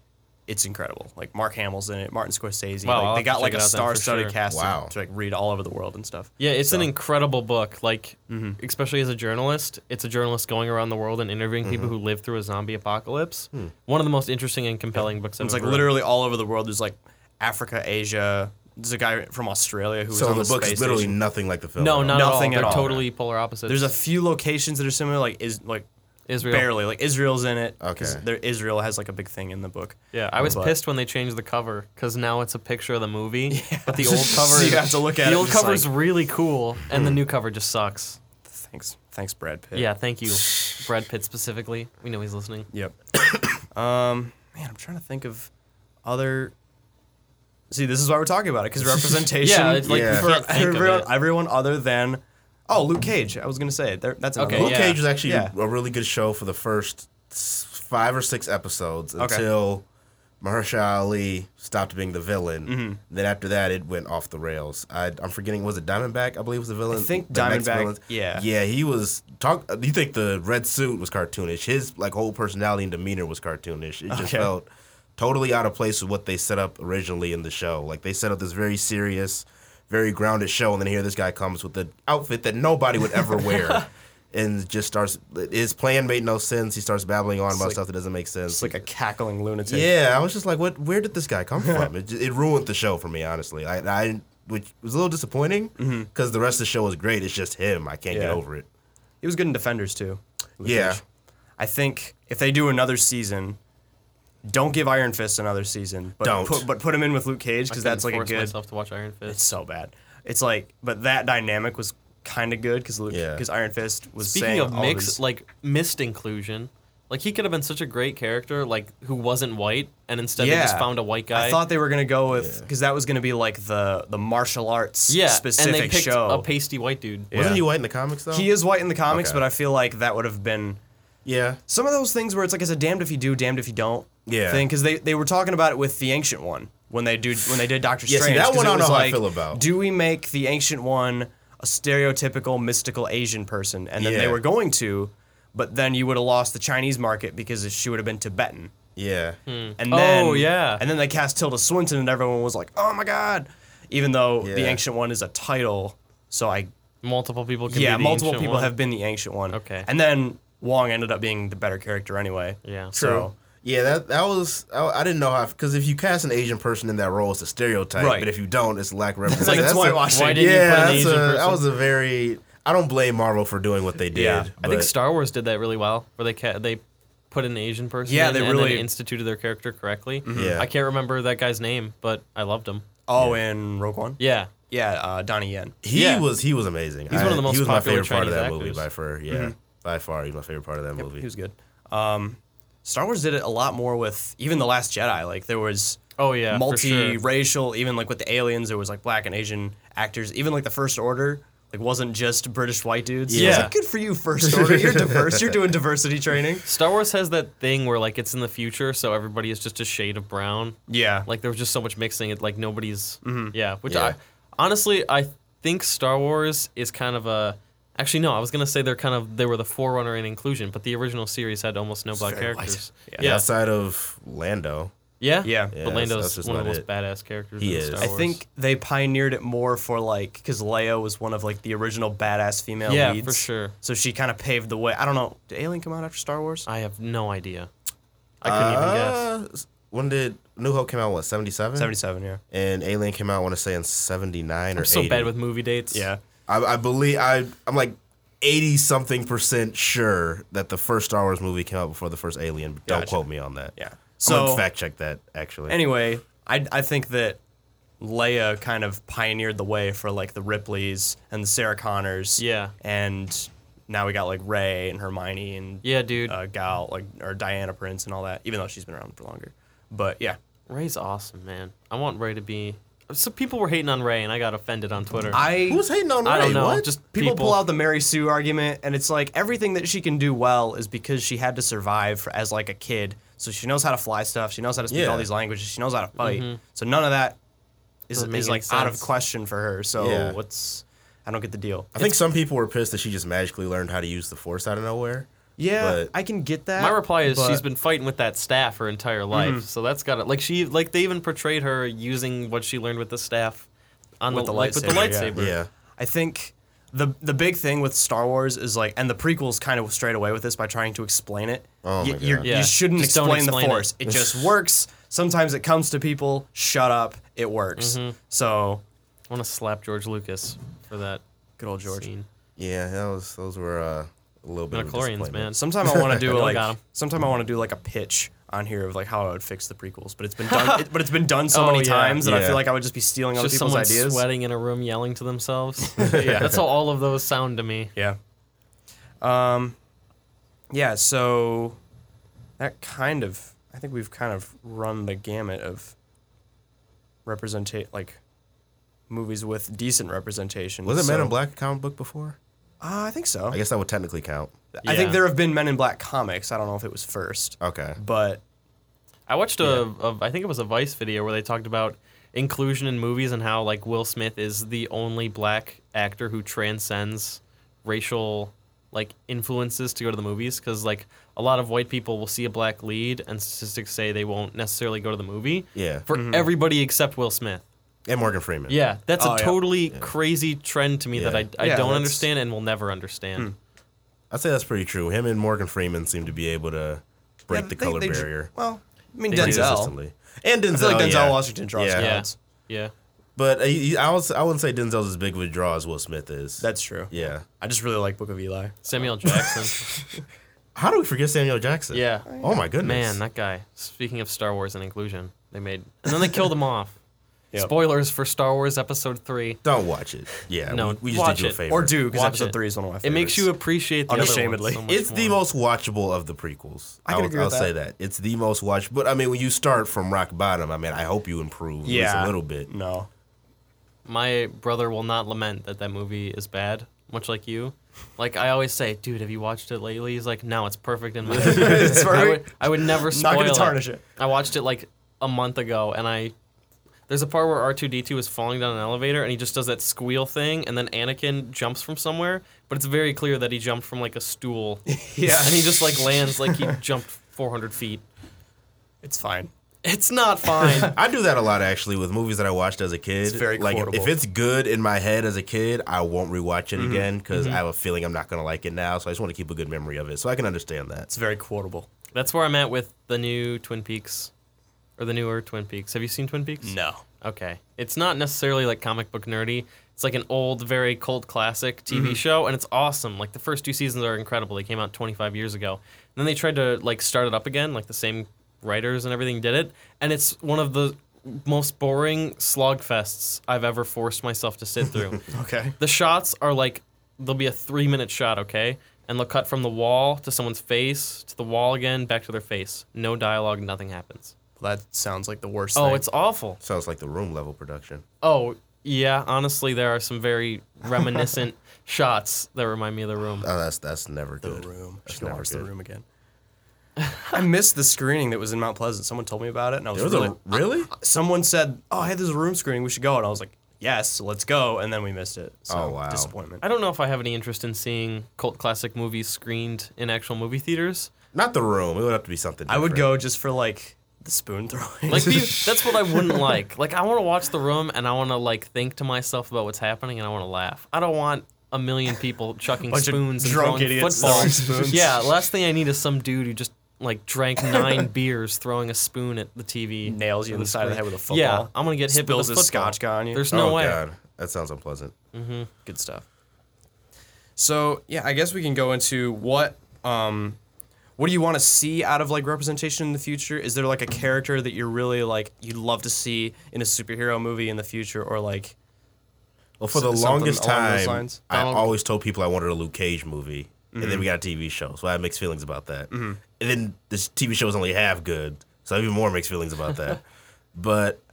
S1: it's incredible. Like Mark Hamill's in it, Martin Scorsese.
S2: Wow,
S1: like,
S2: I'll
S1: they
S2: have to
S1: got like a
S2: check it out then for
S1: star-studded
S2: sure.
S1: cast to-
S3: Wow.
S1: to like read all over the world and stuff.
S2: Yeah, it's an
S1: So- Mm-hmm.
S2: incredible book. Like, especially as a journalist, it's a journalist going around the world and interviewing
S1: Mm-hmm.
S2: people who lived through a zombie apocalypse. One of the most interesting and compelling books. I've
S1: Hmm. It's like
S2: ever read.
S1: literally all over the world. There's like Africa, Asia. There's a guy from Australia who was
S3: So
S1: on
S3: the book
S1: space
S3: is literally
S1: station.
S3: nothing like the film.
S2: no,
S3: at all.
S2: not
S1: Nothing at
S2: at all. They're
S1: all.
S2: totally polar opposites.
S1: There's a few locations that are similar, like is like
S2: Israel.
S1: barely like Israel's in it. 'cause
S3: Okay.
S1: there- Israel has like a big thing in the book.
S2: Yeah, I was
S1: But-
S2: pissed when they changed the cover because now it's a picture of the movie, but the old cover.
S1: So you
S2: is-
S1: have to look at
S2: the
S1: it
S2: old
S1: and just Hmm.
S2: cover is really cool, and the new cover just sucks.
S1: Thanks, thanks, Brad Pitt.
S2: Yeah, thank you, Brad Pitt specifically. We know he's listening.
S1: Yep. um, man, I'm trying to think of other. See, this is why we're talking about it because representation.
S2: Yeah, it's like
S3: we
S1: for
S2: can't think of
S1: everyone,
S2: it.
S1: everyone other than. Oh, Luke Cage. I was gonna say there, that's another
S2: Okay,
S1: one.
S3: Luke
S2: yeah.
S3: Cage was actually
S1: Yeah.
S3: a really good show for the first s- five or six episodes
S1: Okay.
S3: until Mahershala Ali stopped being the villain.
S1: Mm-hmm.
S3: Then after that, it went off the rails. I, I'm forgetting was it Diamondback? I believe was the villain.
S1: I think
S3: the next
S1: Diamondback-
S3: villain.
S1: yeah.
S3: yeah. He was talk. You think the red suit was cartoonish? His like whole personality and demeanor was cartoonish. It just
S1: Okay.
S3: felt totally out of place with what they set up originally in the show. Like they set up this very serious, very grounded show, and then here this guy comes with an outfit that nobody would ever wear, and just starts. His plan made no sense. He starts babbling on about
S1: like-
S3: stuff that doesn't make sense.
S1: It's like a cackling lunatic.
S3: yeah, I was just like, what? Where did this guy come from? It, ju- it ruined the show for me, honestly. I, I which was a little disappointing because the rest of the show was great. It's just him. I can't get
S1: Mm-hmm. Yeah.
S3: over it.
S1: He was good in Defenders too. Luke
S3: Yeah.
S1: Cage. I think if they do another season, don't give Iron Fist another season. But
S3: Don't.
S1: Put, but put him in with Luke Cage because
S2: I
S1: that's like
S2: couldn't
S1: a
S2: force
S1: good.
S2: myself to watch Iron
S1: It's
S2: Fist.
S1: so bad. It's like, but that dynamic was kind of good because Luke,
S3: Yeah.
S1: because Iron Fist was
S2: Speaking
S1: saying
S2: of
S1: all
S2: mix,
S1: these-
S2: like missed inclusion, like he could have been such a great character, like who wasn't white, and instead they just found a white guy.
S1: I thought they were gonna go with because that was gonna be like the the martial arts
S2: yeah,
S1: specific
S2: and they picked
S1: show.
S2: a pasty white dude.
S1: Yeah.
S3: Wasn't he white in the comics though?
S1: he is white in the comics,
S3: Okay.
S1: but I feel like that would have been
S3: Yeah.
S1: some of those things where it's like it's a damned if you do, damned if you don't
S3: Yeah.
S1: thing because they, they were talking about it with the ancient one when they do when they did Doctor
S3: Yeah, see,
S1: Strange.
S3: that
S1: 'cause
S3: one
S1: it
S3: I don't
S1: was
S3: know how I
S1: like,
S3: feel about.
S1: Do we make the ancient one a stereotypical mystical Asian person, and then they
S3: Yeah.
S1: were going to, but then you would have lost the Chinese market because if she would have been Tibetan.
S3: Yeah.
S1: And
S2: Oh,
S1: then,
S2: yeah.
S1: And then they cast Tilda Swinton, and everyone was like, "Oh my god!" Even though the
S3: Yeah.
S1: Ancient One is a title, so I
S2: Multiple people. Can
S1: yeah,
S2: be the
S1: multiple
S2: ancient
S1: people
S2: one.
S1: have been the Ancient One.
S2: Okay.
S1: And then Wong ended up being the better character anyway.
S2: Yeah.
S1: So
S3: True. yeah, that that was I, I didn't know how because if you cast an Asian person in that role, it's a stereotype.
S1: Right.
S3: But if you don't, it's lack of representation.
S1: like
S3: That's a-
S1: whitewashing.
S2: Why didn't you put
S3: yeah,
S2: an
S3: that's
S2: Asian
S3: a,
S2: person?
S3: that was a very. I don't blame Marvel for doing what they did.
S1: Yeah,
S2: I think
S3: but-
S2: Star Wars did that really well, where they ca- they put an Asian person.
S1: Yeah,
S2: in
S1: they
S2: and
S1: really- Mm-hmm.
S2: then instituted their character correctly.
S3: Yeah.
S2: I can't remember that guy's name, but I loved him.
S1: oh, in Rogue One.
S2: Yeah,
S1: Yeah, uh, Donnie Yen.
S3: He
S2: Yeah.
S3: was he was amazing.
S2: He's one of the most
S3: He was
S2: popular
S3: my favorite part of
S2: Chinese
S3: that movie
S2: actors.
S3: by far. Yeah, by far, he's my favorite part of that movie.
S1: He was good. Um, Star Wars did it a lot more with even the Last Jedi. Like there was
S2: Oh, yeah, for sure.
S1: multi-racial. Even like with the aliens, there was like black and Asian actors. Even like the First Order, like wasn't just British white dudes. It was
S2: Yeah.
S1: like, good for you, First Order. You're diverse. You're doing diversity training.
S2: Star Wars has that thing where like it's in the future, so everybody is just a shade of brown.
S1: Yeah, like
S2: Like there was just so much mixing. It like nobody's.
S1: Mm-hmm.
S2: Yeah, which
S3: Yeah.
S2: I honestly I think Star Wars is kind of a. Actually, no. I was gonna say they're kind of they were the forerunner in inclusion, but the original series had almost no black
S1: very white.
S2: characters.
S1: Yeah.
S3: yeah. Outside of Lando,
S2: Yeah,
S1: Yeah. Yeah,
S2: But
S3: that's-
S2: Lando's
S3: that's just
S2: one of the most
S3: not it.
S2: badass characters.
S3: He
S2: in
S3: is.
S2: Star
S1: I
S2: Wars.
S1: think they pioneered it more for like because Leia was one of like the original badass female
S2: Yeah,
S1: leads.
S2: for sure.
S1: So she kind of paved the way. I don't know. Did Alien come out after Star Wars?
S2: I have no idea. I couldn't even guess.
S3: Uh, when did New Hope came out? What seventy seven?
S1: Seventy-seven. Yeah.
S3: And Alien came out. I want to say in seventy nine or
S2: I'm so
S3: 80.
S2: bad with movie dates.
S1: Uh, Yeah.
S3: I, I believe I I'm like eighty something percent sure that the first Star Wars movie came out before the first Alien. but Don't
S1: Gotcha.
S3: quote me on that.
S1: Yeah.
S3: So
S1: So-
S3: fact check that actually.
S1: anyway, I, I think that Leia kind of pioneered the way for like the Ripleys and the Sarah Connors.
S2: Yeah.
S1: And now we got like Ray and Hermione and
S2: Yeah, dude.
S1: uh, Gal like or Diana Prince and all that. Even though she's been around for longer, but yeah,
S2: Ray's awesome, man. I want Ray to be. So people were hating on Ray, and I got offended on Twitter.
S1: I
S3: Who's hating on Ray?
S2: I don't know.
S3: What?
S2: Just
S1: people,
S2: people,
S1: pull out the Mary Sue argument, and it's like everything that she can do well is because she had to survive for, as like a kid. So she knows how to fly stuff. She knows how to speak
S3: Yeah.
S1: all these languages. She knows how to fight. So none of that is,
S2: Doesn't make
S1: is
S2: any
S1: like out of
S2: Mm-hmm. sense.
S1: question for her. So
S3: Yeah.
S1: what's I don't get the deal.
S3: I think some people were pissed that she just magically learned how to use the force out of nowhere.
S1: Yeah,
S3: But-
S1: I can get that.
S2: My reply is
S1: but- Mhm.
S2: she's been fighting with that staff her entire life, so that's got to like she like they even portrayed her using what she learned with the staff on
S1: With
S2: the,
S1: the
S2: like, with the
S1: lightsaber,
S2: lightsaber.
S3: Yeah.
S1: I think the the big thing with Star Wars is like, and the prequels kind of strayed away with this by trying to explain it.
S3: Oh
S1: You-
S3: my
S1: you're-
S3: God.
S1: you
S2: Yeah.
S1: shouldn't
S2: Just don't
S1: explain,
S2: explain
S1: the
S2: it.
S1: Force. It. just works. Sometimes it comes to people. Shut up. It works.
S2: Mm-hmm.
S1: So
S2: I want to slap George Lucas for that
S1: good old George.
S2: scene.
S3: Yeah, that was, those were uh, a little bit of a
S2: Midichlorians, man.
S3: disappointment.
S1: Sometime I want to do
S2: Y'all got
S1: like
S2: 'em.
S1: sometime I want to do like a pitch on here of like how I would fix the prequels, but it's been done. it, but it's been done so
S2: Oh,
S1: many
S2: yeah.
S1: times that I
S3: Yeah.
S1: feel like I would just be stealing other
S2: Just
S1: people's
S2: someone
S1: ideas.
S2: sweating in a room yelling to themselves. yeah, that's how all of those sound to me.
S1: Yeah. Um, yeah. So that kind of, I think we've kind of run the gamut of representate like movies with decent representation.
S3: Was it Men
S1: so-
S3: in Black a comic book before?
S1: Uh, I think so.
S3: I guess that would technically count.
S1: I
S2: Yeah.
S1: think there have been Men in Black comics. I don't know if it was first,
S3: Okay.
S1: but
S2: I watched a, a I think it was a Vice video where they talked about inclusion in movies and how like Will Smith is the only black actor who transcends racial like influences to go to the movies because like a lot of white people will see a black lead and statistics say they won't necessarily go to the movie
S3: Yeah.
S2: for
S1: Mm-hmm.
S2: everybody except Will Smith.
S3: And Morgan Freeman.
S2: Yeah, that's
S1: Oh,
S2: a
S1: yeah.
S2: totally crazy trend to me
S3: Yeah. Hmm.
S2: that I, I
S1: Yeah,
S2: don't
S1: that's-
S2: understand and will never understand.
S3: I'd say that's pretty true. Him and Morgan Freeman seem to be able to break
S1: Yeah,
S3: the
S1: they-
S3: color
S1: they dr-
S3: barrier
S1: well, I mean
S2: They
S3: pretty
S2: do.
S1: Denzel.
S3: consistently. And Denzel,
S1: I feel like Denzel
S3: yeah.
S1: Washington draws
S3: Yeah.
S2: Yeah.
S1: crowds.
S2: Yeah.
S3: But uh, he- I, was, I wouldn't say Denzel's as big of a draw as Will Smith is.
S1: That's true.
S3: yeah.
S1: I just really like Book of Eli.
S2: Samuel Jackson.
S3: How do we forget Samuel Jackson?
S2: yeah.
S3: Oh my goodness.
S2: Man, that guy. Speaking of Star Wars and inclusion, they made and then they killed him off.
S1: Yep.
S2: Spoilers for Star Wars Episode Three.
S3: Don't watch it. Yeah.
S2: No,
S3: we, we just
S2: watch
S3: did you a
S2: it.
S3: favor.
S1: Or do because
S2: Watch
S1: episode
S2: it.
S1: three is one of my favorites.
S2: It makes you appreciate the
S1: Unashamedly.
S2: Other one so much
S3: It's the
S2: more.
S3: most watchable of the prequels.
S1: I can
S3: I'll,
S1: agree with
S3: I'll say
S1: that.
S3: that. It's the most watch. But I mean, when you start from rock bottom, I mean, I hope you improve at least
S1: yeah
S3: a little bit.
S1: No,
S2: My brother will not lament that that movie is bad, much like you. Like I always say, dude, have you watched it lately? He's like, no, it's perfect in my.
S1: it's
S2: I
S1: very
S2: would, I would never
S1: not
S2: spoil
S1: going to tarnish
S2: it.
S1: it.
S2: I watched it like a month ago, and I there's a part where R two D two is falling down an elevator, and he just does that squeal thing, and then Anakin jumps from somewhere, but it's very clear that he jumped from like a stool.
S1: Yeah.
S2: and he just like lands like he jumped 400 feet.
S1: It's fine.
S2: It's not fine.
S3: I do that a lot actually with movies that I watched as a kid.
S1: It's very
S3: like if- if
S1: quotable.
S3: it's good in my head as a kid, I won't rewatch it again because I have a feeling I'm not gonna like it now. So I just want to keep a good memory of it, so I can understand that.
S1: It's very quotable.
S2: That's where I'm at with the new Twin Peaks, or the newer Twin Peaks. Have you seen Twin Peaks?
S1: No.
S2: Okay. It's not necessarily like comic book nerdy. It's like an old, very cult classic TV show, and it's awesome. Like the first two seasons are incredible. They came out 25 years ago. And then they tried to like start it up again, like the same writers and everything did it, and it's one of the most boring slog fests I've ever forced myself to sit through.
S1: Okay.
S2: The shots are like there'll be a three minute shot, okay? And they'll cut from the wall to someone's face, to the wall again, back to their face. No dialogue, nothing happens.
S1: Well, that sounds like the worst.
S2: Oh,
S1: thing.
S2: it's awful.
S3: Sounds like the room level production.
S2: Oh, yeah, honestly, there are some very reminiscent shots that remind me of the room.
S3: Oh, that's that's never good.
S1: the room. I
S3: That's
S1: should
S3: never
S1: watch the
S3: good.
S1: room again. I missed the screening that was in Mount Pleasant. Someone told me about it, and I was
S3: There was
S1: really.
S3: a really.
S1: someone said, "Oh, hey, there's a room screening. We should go." And I was like, "Yes, let's go." And then we missed it. So,
S3: Oh, wow.
S1: Disappointment.
S2: I don't know if I have any interest in seeing cult classic movies screened in actual movie theaters.
S3: Not the room. It would have to be something.
S1: I would go
S3: different.
S1: just for like the spoon throwing.
S2: Like be- that's what I wouldn't like. Like I want to watch The Room and I want to like think to myself about what's happening and I want to laugh. I don't want a million people chucking
S1: Bunch of
S2: spoons and
S1: drunk
S2: throwing
S1: idiots throwing
S2: footballs.
S1: spoons.
S2: Yeah, last thing I need is some dude who just like drank nine beers throwing a spoon at the TV.
S1: nails you in the side of the head with a football.
S2: Yeah, I'm gonna get hit
S1: Spills
S2: with a
S1: his
S2: football.
S1: scotch guy on you.
S2: There's no
S3: oh
S2: way.
S3: god, that sounds unpleasant.
S1: good stuff. So yeah, I guess we can go into what um, what do you want to see out of like representation in the future? Is there like a character that you're really like you'd love to see in a superhero movie in the future, or like
S3: Well, for
S1: S-
S3: the
S1: something
S3: longest
S1: along those
S3: time,
S1: lines.
S3: I
S2: Donald-
S3: always told people I wanted a Luke Cage movie, and then we got a TV show. So I have mixed feelings about that. And then this TV show is only half good, so I have even more mixed feelings about that. but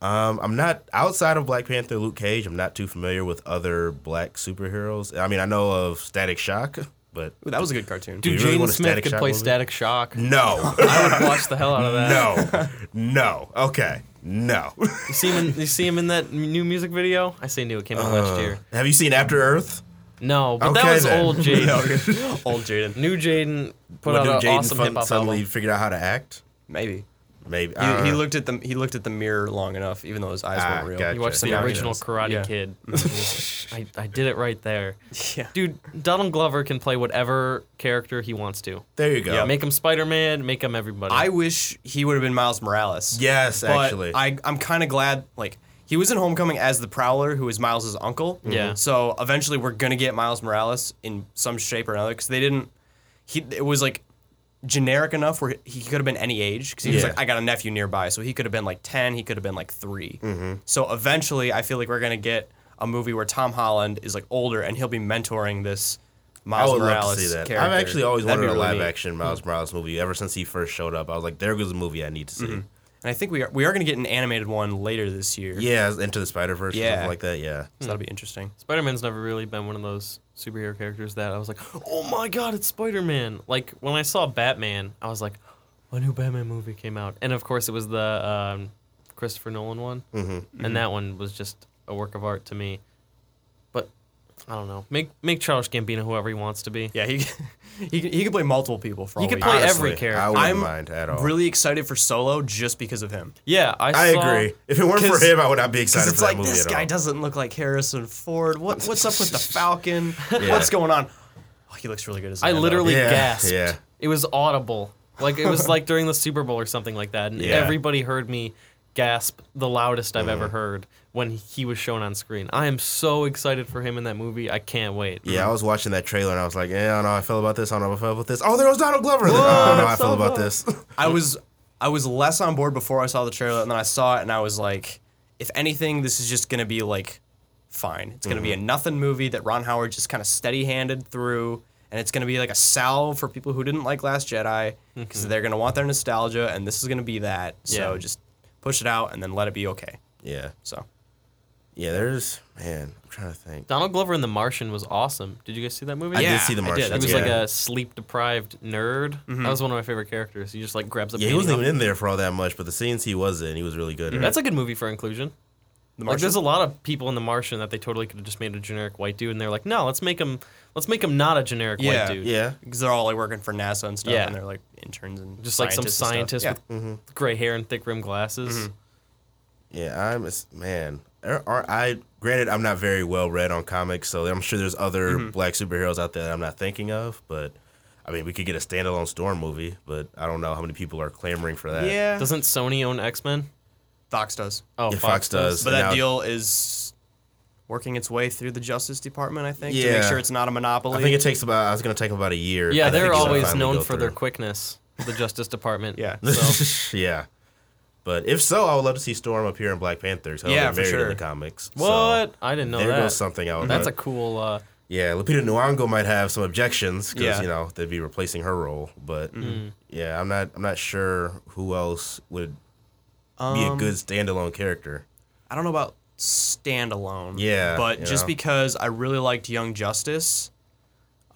S3: um, I'm not outside of Black Panther, Luke Cage. I'm not too familiar with other black superheroes. I mean, I know of Static Shock, but
S1: Ooh, that was a good cartoon.
S3: Do
S2: Dude,
S3: you really
S2: Jaden
S3: want a
S2: Smith
S3: Static
S2: could
S3: Shock
S2: play
S3: movie?
S2: Static Shock.
S3: no,
S2: I would watch the hell out of that.
S3: no, no. Okay, no.
S2: You see him? In, you see him in that new music video? I say new. It came out last year.
S3: Have you seen After Earth?
S2: No, but
S3: Uh. okay
S2: that was
S3: then.
S2: old Jaden.
S1: Old Jaden.
S2: New Jaden put
S3: What,
S2: out
S3: dude,
S2: an
S3: Jaden
S2: awesome
S3: fun-
S2: hip hop
S3: suddenly
S2: album.
S3: figured out how to act?
S1: Maybe.
S3: Maybe
S1: He, he looked at the he looked at the mirror long enough, even though his eyes
S3: Uh. Ah,
S1: weren't real.
S3: gotcha.
S2: You watched
S1: Yeah,
S2: the
S1: he
S2: original
S1: does.
S2: Karate
S1: Yeah.
S2: Kid. I, I did it right there.
S1: Yeah.
S2: Dude, Donald Glover can play whatever character he wants to.
S3: There you go.
S1: Yeah.
S2: Make him Spider Man, make him everybody.
S1: I wish he would have been Miles Morales.
S3: Yes,
S1: but
S3: actually.
S1: I I'm kind of glad like he was in Homecoming as the Prowler, who is Miles's uncle.
S2: Yeah.
S1: So eventually, we're gonna get Miles Morales in some shape or another because they didn't. He it was like generic enough where he could have been any age because he was
S3: Yeah.
S1: like I got a nephew nearby, so he could have been like ten, he could have been like 3
S3: Mm-hmm.
S1: So eventually, I feel like we're gonna get a movie where Tom Holland is like older and he'll be mentoring this. Miles
S3: I would
S1: Morales
S3: love to see that.
S1: character.
S3: I've actually always
S1: That'd be
S3: wanted a
S1: really
S3: live
S1: neat. Hmm.
S3: action Miles Morales movie ever since he first showed up. I was like, there goes a movie I need to see.
S1: And I think we are we are going to get an animated one later this year.
S3: Yeah, Into the Spider Verse,
S1: Yeah.
S3: something like that. Yeah.
S1: So that'll be interesting.
S2: Spider Man's never really been one of those superhero characters that I was like, oh my god, it's Spider Man. Like, when I saw Batman, I was like, a new Batman movie came out. And of course, it was the um, Christopher Nolan one. Mm-hmm. And that one was just a work of art to me. But I don't know. Make make Charles Gambino whoever he wants to be.
S1: Yeah, he he can- he could play multiple people for all
S2: He could
S1: we
S2: play
S1: know.
S2: every character.
S3: I wouldn't
S1: I'm
S3: mind at all.
S1: Really excited for Solo just because of him.
S2: Yeah, I,
S3: I
S2: saw-
S3: agree. If it weren't for
S1: 'Cause-
S3: him, I would not be excited
S1: Because
S3: for
S1: it's like
S3: that movie
S1: this
S3: at
S1: guy
S3: all.
S1: doesn't look like Harrison Ford. What what's up with the Falcon? What's going on? Oh, he looks really good as
S2: I
S1: Lando.
S2: literally
S3: uh, Yeah,
S2: gasped.
S3: yeah.
S2: It was audible. Like it was like during the Super Bowl or something like that, and
S3: Yeah. Mm.
S2: everybody heard me gasp the loudest I've ever heard when he was shown on screen. I am so excited for him in that movie. I can't wait.
S3: Yeah, I was watching that trailer and I was like, eh, I don't know how I feel about this. I don't know how I feel about this. Oh, there goes Donald Glover. And then, I don't know how I feel about this.
S1: I was I was less on board before I saw the trailer, and then I saw it, and I was like, if anything, this is just gonna be like fine. It's gonna be a nothing movie that Ron Howard just kind of steady handed through, and it's gonna be like a salve for people who didn't like Last Jedi because they're gonna want their nostalgia, and this is gonna be that. So
S2: Yeah.
S1: just push it out and then let it be okay.
S3: yeah.
S1: So
S3: Yeah, there's, man, I'm trying to think.
S2: Donald Glover in The Martian was awesome. Did you guys see that movie?
S3: I
S1: Yeah,
S3: did see The
S1: I
S2: I
S3: Martian.
S2: did. He was
S3: yeah. Mm-hmm.
S2: like a sleep deprived nerd. That was one of my favorite characters. He just like grabs a
S3: Yeah, he
S2: painting
S3: wasn't
S2: up-
S3: even in there for all that much, but the scenes he was in, he was really good. in.
S2: That's a good movie for inclusion.
S1: the
S2: Like,
S1: Martian.
S2: there's a lot of people in The Martian that they totally could have just made a generic white dude, and they're like, no, let's make him, let's make him not a generic
S1: Yeah.
S2: white dude.
S3: Yeah.
S1: because they're all like working for NASA and stuff,
S2: Yeah.
S1: and they're like interns and
S2: just like some scientist
S1: scientists and
S2: with
S1: stuff.
S3: Mm-hmm.
S2: gray hair and thick rimmed glasses.
S3: Yeah, I'm a s- man. There are I granted I'm not very well read on comics, so I'm sure there's other
S2: Mm-hmm.
S3: black superheroes out there that I'm not thinking of. But I mean, we could get a standalone Storm movie, but I don't know how many people are clamoring for that.
S1: Yeah, yeah.
S2: Doesn't Sony own X Men?
S1: Fox does.
S2: Oh,
S3: Yeah, Fox does.
S1: But
S3: And
S1: that
S3: now-
S1: deal is working its way through the Justice Department, I think, to make
S3: Yeah.
S1: sure it's not a monopoly.
S3: I think it takes about. I was gonna take about a year.
S2: Yeah,
S3: I think
S2: they're
S3: it's gonna
S2: always
S3: finally
S2: known
S3: go
S2: for their
S3: through.
S2: quickness. The Justice Department.
S1: Yeah.
S3: yeah, but if so, I would love to see Storm appear in Black Panther. 'cause I know
S1: Yeah,
S3: they're
S1: for
S3: married in
S1: sure.
S3: the comics. so
S2: What? I didn't know
S3: there
S2: that.
S3: goes something
S1: Mm-hmm.
S3: out.
S2: That's a cool. Uh,
S3: Yeah, Lupita Nyong'o might have some objections because
S1: Yeah. Mm-hmm.
S3: you know they'd be replacing her role, but yeah, I'm not I'm not sure who else would be
S1: Um,
S3: a good standalone character.
S1: I don't know about standalone.
S3: Yeah,
S1: But
S3: you
S1: just
S3: know.
S1: because I really liked Young Justice,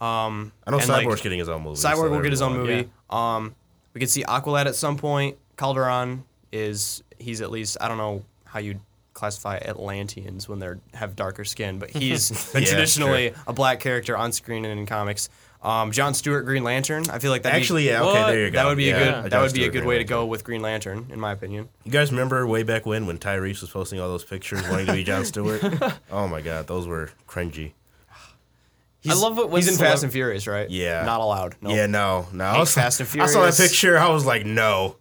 S3: I know
S1: and,
S3: Cyborg's
S1: like,
S3: getting his own movie. so
S1: Cyborg will
S3: there
S1: get his
S3: we
S1: own
S3: go.
S1: movie. Um, we could see Aqualad at some point. Calderon is he's at least I don't know how you classify Atlanteans when they are have darker skin, but he's been
S3: Yeah,
S1: traditionally a black character on screen and in comics. Um, John Stewart Green Lantern. I feel like that
S3: Actually, yeah, okay,
S2: What?
S3: there you go.
S1: That would be a
S3: Yeah, I
S1: good that
S3: got
S1: would be a
S3: Stuart
S1: good
S3: Green
S1: way to
S3: Lantern.
S1: go with Green Lantern, in my opinion.
S3: You guys remember way back when when Tyrese was posting all those pictures wanting to be John Stewart? oh my god, those were cringy.
S2: I love what when
S1: he's in
S2: celeb-
S1: Fast and Furious, right?
S3: Yeah.
S1: not allowed. No.
S3: Yeah, no, no. I
S1: Hank
S3: was-
S1: Fast and
S3: I saw that
S1: Furious.
S3: picture. I was like, no.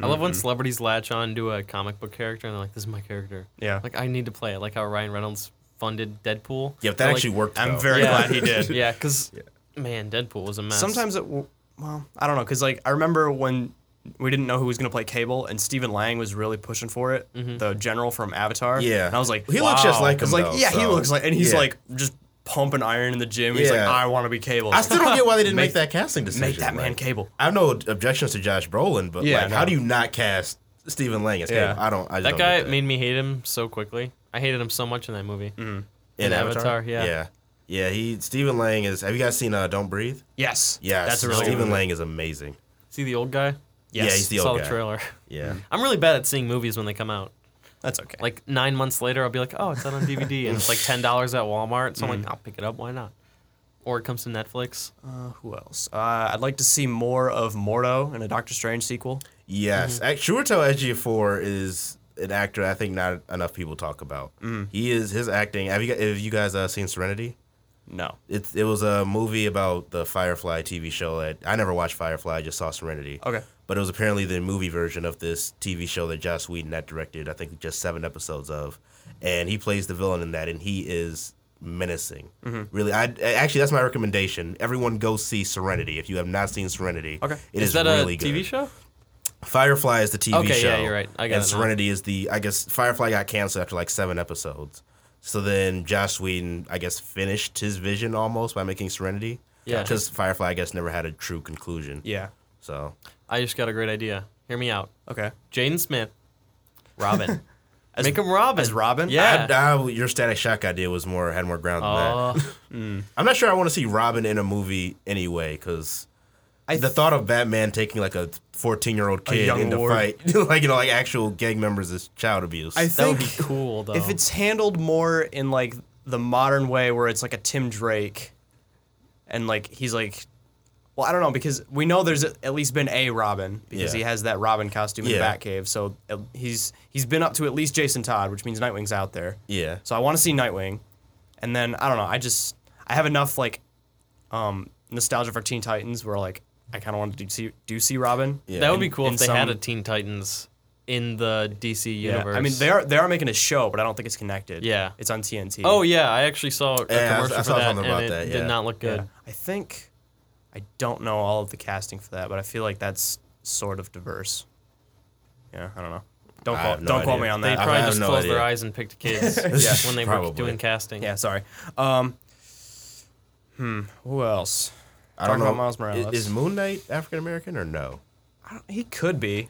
S2: I love
S3: Mm-hmm.
S2: when celebrities latch on to a comic book character and they're like, "This is my character."
S1: Yeah.
S2: Like I need to play it. Like how Ryan Reynolds funded Deadpool.
S3: yeah, but
S2: They're
S3: that
S2: like-
S3: actually worked.
S1: I'm
S3: though.
S1: very glad he did.
S2: Yeah, because man, Deadpool was a mess.
S1: Sometimes it, w- well, I don't know, because like I remember when we didn't know who was gonna play Cable, and Stephen Lang was really pushing for it,
S2: Mm-hmm.
S1: the general from Avatar.
S3: Yeah.
S1: and I was like,
S3: He looks just
S1: wow.
S3: like
S1: I was
S3: him,
S1: like,
S3: though,
S1: yeah, he
S3: so-
S1: looks like, and he's
S3: Yeah.
S1: like just pumping iron in the gym. He's like,
S3: Yeah.
S1: I want to be Cable.
S3: I
S1: It's
S3: still
S1: like,
S3: don't get why they didn't
S1: Make-
S3: make, that casting decision.
S1: make that man
S3: like-
S1: Cable.
S3: I have no objections to Josh Brolin, but
S1: Yeah,
S3: like, how
S1: no.
S3: do you not cast Stephen Lang as
S1: Yeah.
S3: Cable? I don't. I just
S2: That
S3: don't
S2: guy
S3: get
S2: made me hate him so quickly. I hated him so much in that movie.
S3: in
S2: Avatar, yeah.
S3: yeah, yeah. He Stephen Lang is. Have you guys seen uh, Don't Breathe?
S1: Yes.
S3: Yeah,
S1: That's a really
S3: Stephen
S1: good movie.
S3: Lang is amazing.
S2: See the old guy?
S1: Yes.
S3: Yeah, he's the
S2: Saw
S3: old
S2: the
S3: guy.
S2: trailer.
S3: Yeah,
S1: Mm-hmm.
S2: I'm really bad at seeing movies when they come out.
S1: That's okay.
S2: Like nine months later, I'll be like, oh, it's out on DVD, and it's like ten dollars at Walmart. So I'm like, I'll pick it up. Why not? Or it comes to Netflix.
S1: Uh, who else? Uh, I'd like to see more of Mordo in a Doctor Strange sequel. Mm-hmm.
S3: yes. Act- Shuito Ejiofor is an actor I think not enough people talk about.
S1: Mm.
S3: He is his acting. Have you gu- have you guys uh, seen Serenity?
S1: No.
S3: It it was a movie about the Firefly TV show that I never watched Firefly. I just saw Serenity.
S1: Okay.
S3: But it was apparently the movie version of this TV show that Joss Whedon had directed, I think just seven episodes of. And he plays the villain in that, and he is menacing.
S1: Mm-hmm.
S3: Really, I actually, that's my recommendation. Everyone go see Serenity if you have not seen Serenity.
S1: Okay.
S3: it
S2: is
S3: is,
S2: that
S3: really
S2: a
S3: good.
S2: TV show?
S3: Firefly is the TV
S2: Okay,
S3: show.
S2: yeah, you're right. I got
S3: and
S2: it now.
S3: Serenity is the. I guess Firefly got canceled after like seven episodes. So then Joss Whedon, I guess, finished his vision almost by making Serenity.
S2: Yeah.
S3: Because Firefly, I guess, never had a true conclusion.
S1: Yeah.
S3: So
S2: I just got a great idea. Hear me out.
S1: Okay.
S2: Jaden Smith, Robin. Make him Robin.
S1: As Robin?
S2: Yeah.
S3: I, I, your Static Shock idea was more had more ground than that.
S2: Oh,
S3: I'm not sure I want to see Robin in a movie anyway, because
S1: I
S3: the thought of Batman taking like a 14 year old kid
S1: young
S3: into
S1: ward.
S3: fight, like you know, like actual gang members is child abuse.
S1: I
S2: that would
S1: think
S2: be cool though.
S1: if it's handled more in like the modern way where it's like a Tim Drake and like he's like well, I don't know because we know there's at least been a Robin because
S3: Yeah.
S1: he has that Robin costume in
S3: Yeah.
S1: the Batcave. So at- he's he's been up to at least Jason Todd, which means Nightwing's out there.
S3: yeah.
S1: So I want to see Nightwing, and then I don't know. I just I have enough like um, nostalgia for Teen Titans where like I kind of want to do see do see Robin.
S3: Yeah.
S2: that would be
S1: in-
S2: cool
S1: in
S2: if they had
S1: some-
S2: a Teen Titans in the DC
S1: Yeah,
S2: universe.
S1: I mean they are they are making a show, but I don't think it's connected.
S2: Yeah.
S1: it's on TNT.
S2: Oh yeah, I actually saw a
S3: Yeah, I
S2: commercial
S3: saw
S2: for that,
S3: something about
S2: and it
S3: that, yeah.
S2: did not look good.
S1: I think I don't know all of the casting for that, but I feel like that's sort of diverse. Yeah, I don't know. Don't
S3: I
S1: quote,
S3: have no
S1: don't quote
S3: idea.
S1: me on
S2: They
S1: that.
S3: I
S2: probably
S3: have
S2: just
S3: no
S2: closed their
S3: idea.
S2: eyes and picked kids
S3: Yeah,
S2: when they were
S3: probably.
S2: doing casting.
S1: yeah, sorry. Um, hmm, who else?
S3: I don't
S1: Talking
S3: know.
S1: about Miles
S3: Is-
S1: Morales.
S3: Is, Moon Knight African American or no?
S1: I don't, he could be,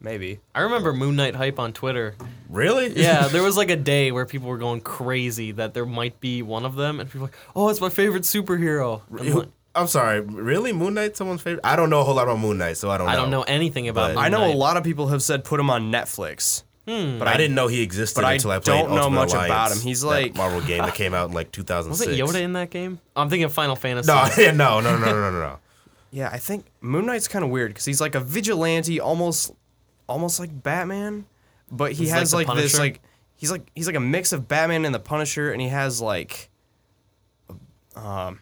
S1: maybe.
S2: I remember Moon Knight hype on Twitter.
S3: Really?
S2: Yeah, there was like a day where people were going crazy that there might be one of them, and people were like, "Oh, it's my favorite superhero." And I'm like,
S3: I'm sorry. Really, Moon Knight? Someone's favorite? I don't know a whole lot about Moon Knight, so I don't. know.
S2: I don't know anything about.
S3: But-
S2: Moon
S1: I know a
S2: Knight.
S1: lot of people have said put him on Netflix,
S3: But I didn't know he existed
S1: But I
S3: until I played
S1: don't know
S3: Ultimate
S1: much about
S3: Alliance,
S1: him. He's
S3: that
S1: like-
S3: Marvel game that came out in like 2006.
S2: Was it Yoda in that game? I'm thinking of Final Fantasy.
S3: No, yeah, no, no, no, no, no, no.
S1: Yeah, I think Moon Knight's kind of weird because he's like a vigilante, almost, almost like Batman, but he
S2: He's like
S1: has
S2: the
S1: like, this
S2: Punisher?
S1: like he's like he's like a mix of Batman and the Punisher, and he has like, um,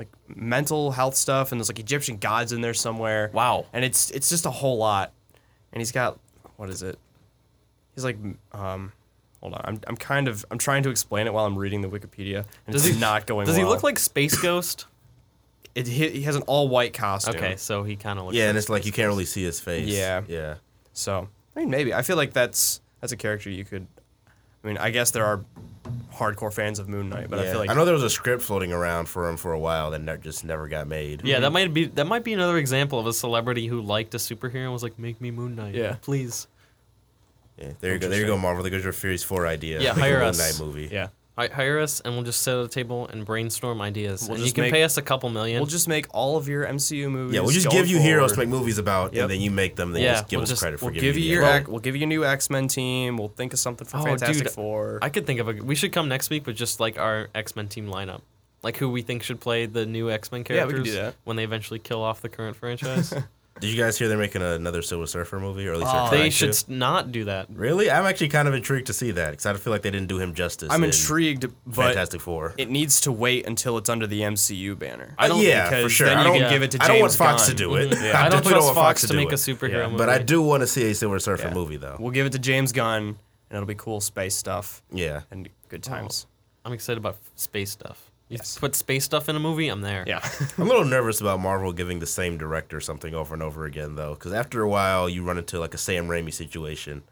S1: like mental health stuff, and there's like Egyptian gods in there somewhere.
S2: Wow.
S1: And it's it's just a whole lot, and he's got what is it? He's like um. Hold on, I'm, I'm kind of I'm trying to explain it while I'm reading the Wikipedia, and
S2: Does
S1: it's
S2: he-
S1: not going.
S2: Does he
S1: well.
S2: look like Space Ghost?
S1: it, he, he has an all white costume?
S2: Okay, so he kind of looks.
S3: Yeah, and it's like you can't really see his face.
S1: Yeah.
S3: yeah.
S1: So I mean, maybe I feel like that's that's a character you could. I mean, I guess there are hardcore fans of Moon Knight, but I
S3: Yeah.
S1: feel like
S3: I know there was a script floating around for him for a while that ne- just never got made.
S2: Yeah, that might be that might be another example of a celebrity who liked a superhero and was like, "Make me Moon Knight,
S1: Yeah.
S2: please."
S3: Yeah, There you go. There you go, Marvel. There goes your Furious Four idea.
S2: Yeah,
S3: Make a
S2: hire
S3: Moon
S2: us.
S3: Knight movie.
S1: yeah,
S2: Hi- hire us, and we'll just sit at a table and brainstorm ideas.
S1: We'll
S2: and you
S1: just
S2: can
S1: make-
S2: pay us a couple million.
S1: we'll just make all of your MCU movies.
S3: Yeah, we'll just
S1: going
S3: give you heroes to
S1: forward.
S3: make movies about,
S1: Yep.
S3: and then you make them. Then
S2: Yeah,
S3: just give
S2: we'll
S3: us
S2: just-
S3: credit for
S1: We'll
S3: giving
S1: give you
S3: you
S1: your
S3: the
S1: ac- we'll give you a new X Men team. We'll think of something for
S2: Oh,
S1: Fantastic
S2: dude,
S1: Four.
S2: I could think of a. We should come next week with just like our X Men team lineup, like who we think should play the new X Men
S1: Yeah, we
S2: characters
S1: could do that.
S2: when they eventually kill off the current franchise.
S3: Did you guys hear they're making another Silver Surfer movie, or at least
S1: Oh,
S3: they're
S2: Uh, they
S3: trying
S2: should
S3: to?
S2: s- not do that.
S3: Really, I'm actually kind of intrigued to see that because I feel like they didn't do him justice.
S1: I'm
S3: in
S1: intrigued, but
S3: Fantastic Four.
S1: it needs to wait until it's under the MCU banner.
S3: I don't- yeah,
S1: because
S3: for sure.
S1: Then
S3: I
S1: you
S3: don't-
S1: can give it to
S3: I
S1: James
S3: don't want Fox
S1: Gunn.
S3: to do it.
S2: Mm-hmm. I, don't
S3: definitely
S2: trust Fox,
S3: want
S2: to make
S3: do
S2: a
S3: it.
S2: superhero
S1: Yeah,
S2: movie.
S3: But I do want to see a Silver Surfer
S1: Yeah.
S3: movie, though.
S1: We'll give it to James Gunn, and it'll be cool space stuff
S3: Yeah.
S1: and good
S3: Oh.
S1: times.
S2: I'm excited about space stuff. You
S1: Yes.
S2: put space stuff in a movie, I'm there.
S1: Yeah.
S3: I'm a little nervous about Marvel giving the same director something over and over again, though, because after a while you run into like a Sam Raimi situation.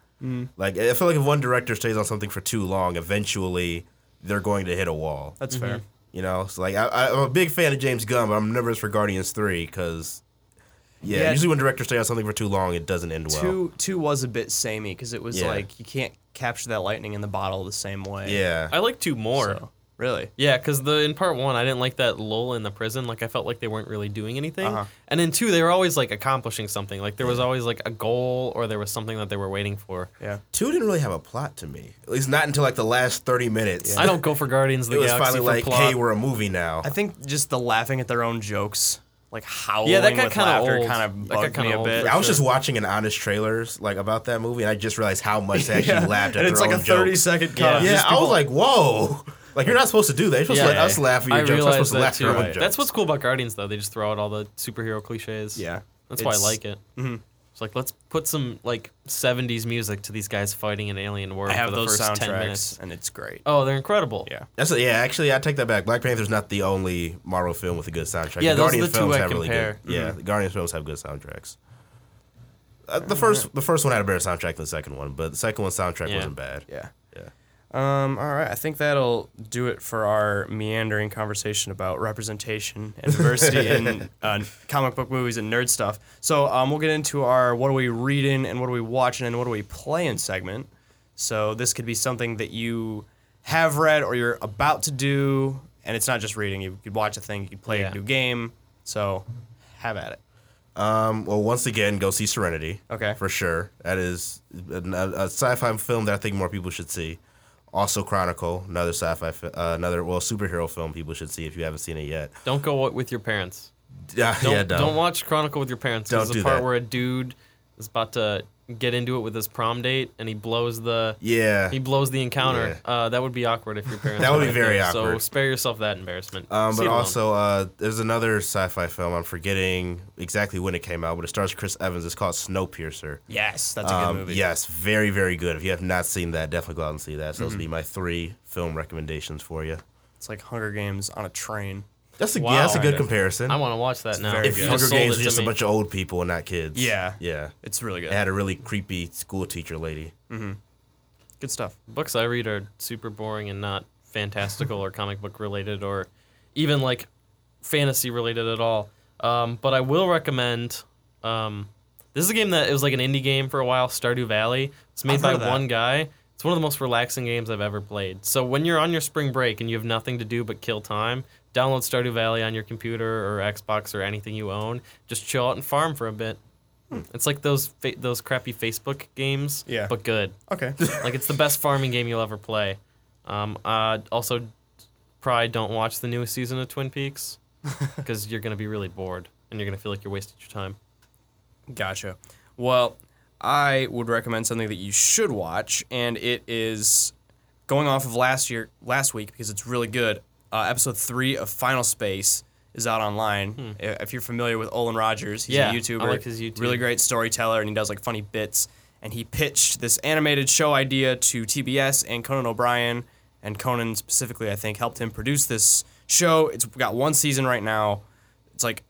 S3: Like I feel like if one director stays on something for too long, eventually they're going to hit a wall.
S1: That's fair.
S3: You know, so like I, I, I'm a big fan of James Gunn, but I'm nervous for Guardians Three because yeah,
S1: Yeah.
S3: usually when directors stay on something for too long, it doesn't end well.
S1: Two two was a bit samey because it was
S3: Yeah.
S1: like you can't capture that lightning in the bottle the same way.
S3: yeah,
S2: I like two more.
S1: So, really.
S2: Yeah, because the in part one, I didn't like that lull in the prison. Like I felt like they weren't really doing anything.
S1: Uh-huh.
S2: And in two, they were always like accomplishing something. Like there was always like a goal or there was something that they were waiting for.
S1: Yeah.
S3: two didn't really have a plot to me. At least not until like the last thirty minutes.
S2: I don't go for Guardians of
S3: It
S2: the
S3: was
S2: Galaxy
S3: finally
S2: for
S3: like,
S2: plot.
S3: hey, we're a movie now.
S1: I think just the laughing at their own jokes, like howling
S2: Yeah, that got
S1: with
S2: kinda
S1: laughter,
S2: old.
S1: kind
S2: That
S1: of
S2: got
S1: bugged
S2: kinda
S1: me a
S2: old
S1: bit.
S2: for
S3: I was
S2: sure.
S3: just watching an honest trailers like about that movie, and I just realized how much they actually laughed
S1: and
S3: at their
S1: it's like
S3: own
S1: a thirty
S3: jokes.
S1: second
S2: Yeah.
S1: cut.
S2: Yeah,
S3: Yeah, I was like, whoa. Like, you're not supposed to do that. You're supposed
S2: Yeah.
S3: to let us laugh at your
S2: I
S3: jokes. You're supposed
S2: realized
S3: to
S2: that
S3: laugh at
S2: too.
S3: your own
S1: Right.
S3: jokes.
S2: That's what's cool about Guardians though. They just throw out all the superhero cliches.
S1: yeah.
S2: That's why I
S1: It's-
S2: like it.
S3: Mm-hmm.
S2: It's like let's put some like '70s music to these guys fighting an alien world
S1: I have
S2: for the
S1: those
S2: first ten minutes.
S1: soundtracks, and it's great.
S2: Oh, they're incredible.
S1: Yeah.
S3: That's a, yeah, actually, I take that back. Black Panther's not the only Marvel film with a good soundtrack.
S2: Yeah,
S3: the
S2: those are
S3: Guardian
S2: the two
S3: films
S2: I
S3: have
S2: compare. Mm-hmm.
S3: really good. Yeah, the Guardian films have good soundtracks. Uh, the first, the first one had a better soundtrack than the second one, but the second one's soundtrack
S2: Yeah.
S3: wasn't bad.
S1: Yeah.
S3: Yeah.
S1: Um, all right, I think that'll do it for our meandering conversation about representation and diversity in uh, comic book movies and nerd stuff. So um, we'll get into our what are we reading and what are we watching and what are we playing segment. So this could be something that you have read or you're about to do, and it's not just reading. You could watch a thing, you could play
S2: Yeah.
S1: a new game. So have at it.
S3: Um, well, once again, go see Serenity.
S1: Okay.
S3: For sure. That is a, a sci-fi film that I think more people should see. Also, Chronicle, another sci-fi, fi- uh, another well superhero film people should see if you haven't seen it yet.
S2: Don't go wi- with your parents.
S3: Yeah,
S2: Don't,
S3: yeah,
S2: don't. watch Chronicle with your parents.
S3: Don't
S2: There's
S3: do
S2: a part
S3: that.
S2: where a dude is about to get into it with his prom date, and he blows the
S3: Yeah.
S2: he blows the encounter.
S3: Yeah.
S2: Uh, that would be awkward if your parents.
S3: That would
S2: were
S3: be
S2: there.
S3: very
S2: So
S3: awkward.
S2: spare yourself that embarrassment.
S3: Um,
S2: See
S3: but
S2: it alone.
S3: also, uh, there's another sci-fi film. I'm forgetting exactly when it came out, but it stars Chris Evans. It's called Snowpiercer.
S1: Yes, that's a good
S3: Um,
S1: movie.
S3: yes, very, very good. If you have not seen that, definitely go out and see that. So those would
S2: Mm-hmm.
S3: be my three film recommendations for you.
S1: it's like Hunger Games on a train.
S3: That's a
S2: Wow.
S3: yeah, that's a good
S1: Kinda.
S3: comparison.
S2: I want to watch that now.
S1: very
S3: if
S1: good.
S2: You
S3: Hunger
S2: just sold
S3: Games
S2: it
S3: was
S2: to
S3: just a
S2: me.
S3: bunch of old people and not kids.
S1: Yeah.
S3: Yeah.
S1: It's really
S3: It
S1: good.
S3: had a really creepy school teacher lady.
S1: Good stuff.
S2: books I read are super boring and not fantastical or comic book related or even like fantasy related at all. Um, but I will recommend. Um, this is a game that it was like an indie game for a while, Stardew Valley. It's made
S1: I've heard
S2: by
S1: of that.
S2: one guy. It's one of the most relaxing games I've ever played. So when you're on your spring break and you have nothing to do but kill time, download Stardew Valley on your computer or Xbox or anything you own. Just chill out and farm for a bit. It's like those fa- those crappy Facebook games,
S1: Hmm. Yeah.
S2: but good
S1: Okay.
S2: like it's the best farming game you'll ever play. Um, uh, also, probably don't watch the newest season of Twin Peaks because you're gonna be really bored and you're gonna feel like you're wasting your time.
S1: Gotcha. Well, I would recommend something that you should watch, and it is going off of last year, last week because it's really good. Uh, episode three of Final Space is out online. I- If you're familiar with Olin Rogers, he's
S2: Hmm. Yeah,
S1: a
S2: I
S1: YouTuber,
S2: like his YouTube.
S1: really great storyteller, and he does like funny bits. And he pitched this animated show idea to TBS and Conan O'Brien, and Conan specifically, I think, helped him produce this show. It's got one season right now. It's like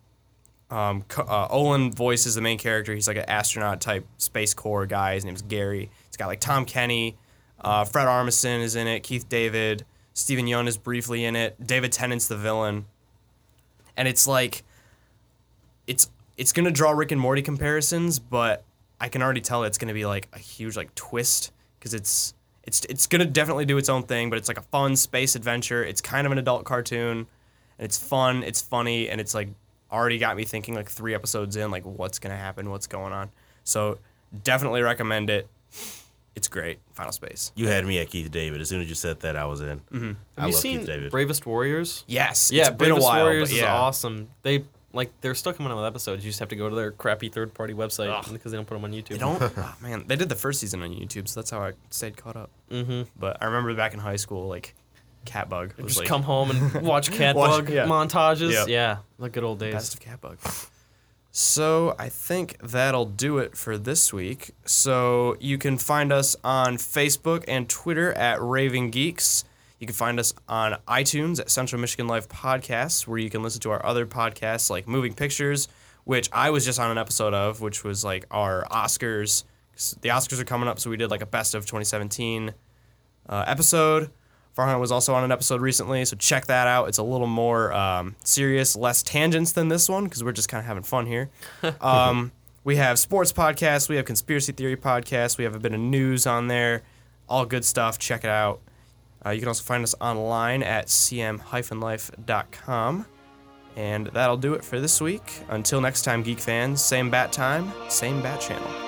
S1: um, Co- uh, Olin voices the main character. He's like an astronaut type space corps guy. His name's Gary. It's got like Tom Kenny, uh, Fred Armisen is in it. Keith David, Stephen Yeun is briefly in it. David Tennant's the villain, and it's like, it's it's gonna draw Rick and Morty comparisons, but I can already tell it's gonna be like a huge like twist because it's it's it's gonna definitely do its own thing, but it's like a fun space adventure. It's kind of an adult cartoon and it's fun, it's funny, and it's like already got me thinking like three episodes in, like what's gonna happen, what's going on. So definitely recommend it. It's great. Final Space.
S3: You had me at Keith David. As soon as you said that, I was in. Mm-hmm. I
S2: Have you
S3: love
S2: seen
S3: Keith David.
S2: Bravest Warriors?
S1: Yes.
S2: Yeah,
S1: it's been a
S2: Bravest
S1: while.
S2: Warriors
S1: but
S2: is
S1: yeah.
S2: awesome. They like they're still coming out with episodes. You just have to go to their crappy third party website because they don't put them on YouTube.
S1: They don't. oh, man, they did the first season on YouTube, so that's how I stayed caught up. Mm-hmm. But I remember back in high school, like Catbug was
S2: Just
S1: like
S2: come home and watch
S1: Watch-
S2: Catbug
S1: yeah.
S2: montages.
S1: Yep.
S2: Yeah, the good old days.
S1: best of Catbug. So I think that'll do it for this week. So you can find us on Facebook and Twitter at Raving Geeks. You can find us on iTunes at Central Michigan Life Podcasts, where you can listen to our other podcasts like Moving Pictures, which I was just on an episode of, which was like our Oscars. 'Cause The Oscars are coming up, so we did like a best of 2017 uh, episode. Farhan was also on an episode recently, so check that out. It's a little more um, serious, less tangents than this one because we're just kind of having fun here. Um, we have sports podcasts, we have conspiracy theory podcasts, we have a bit of news on there. All good stuff. Check it out. Uh, you can also find us online at cm-life.com. And that'll do it for this week. Until next time, geek fans, same bat time, same bat channel.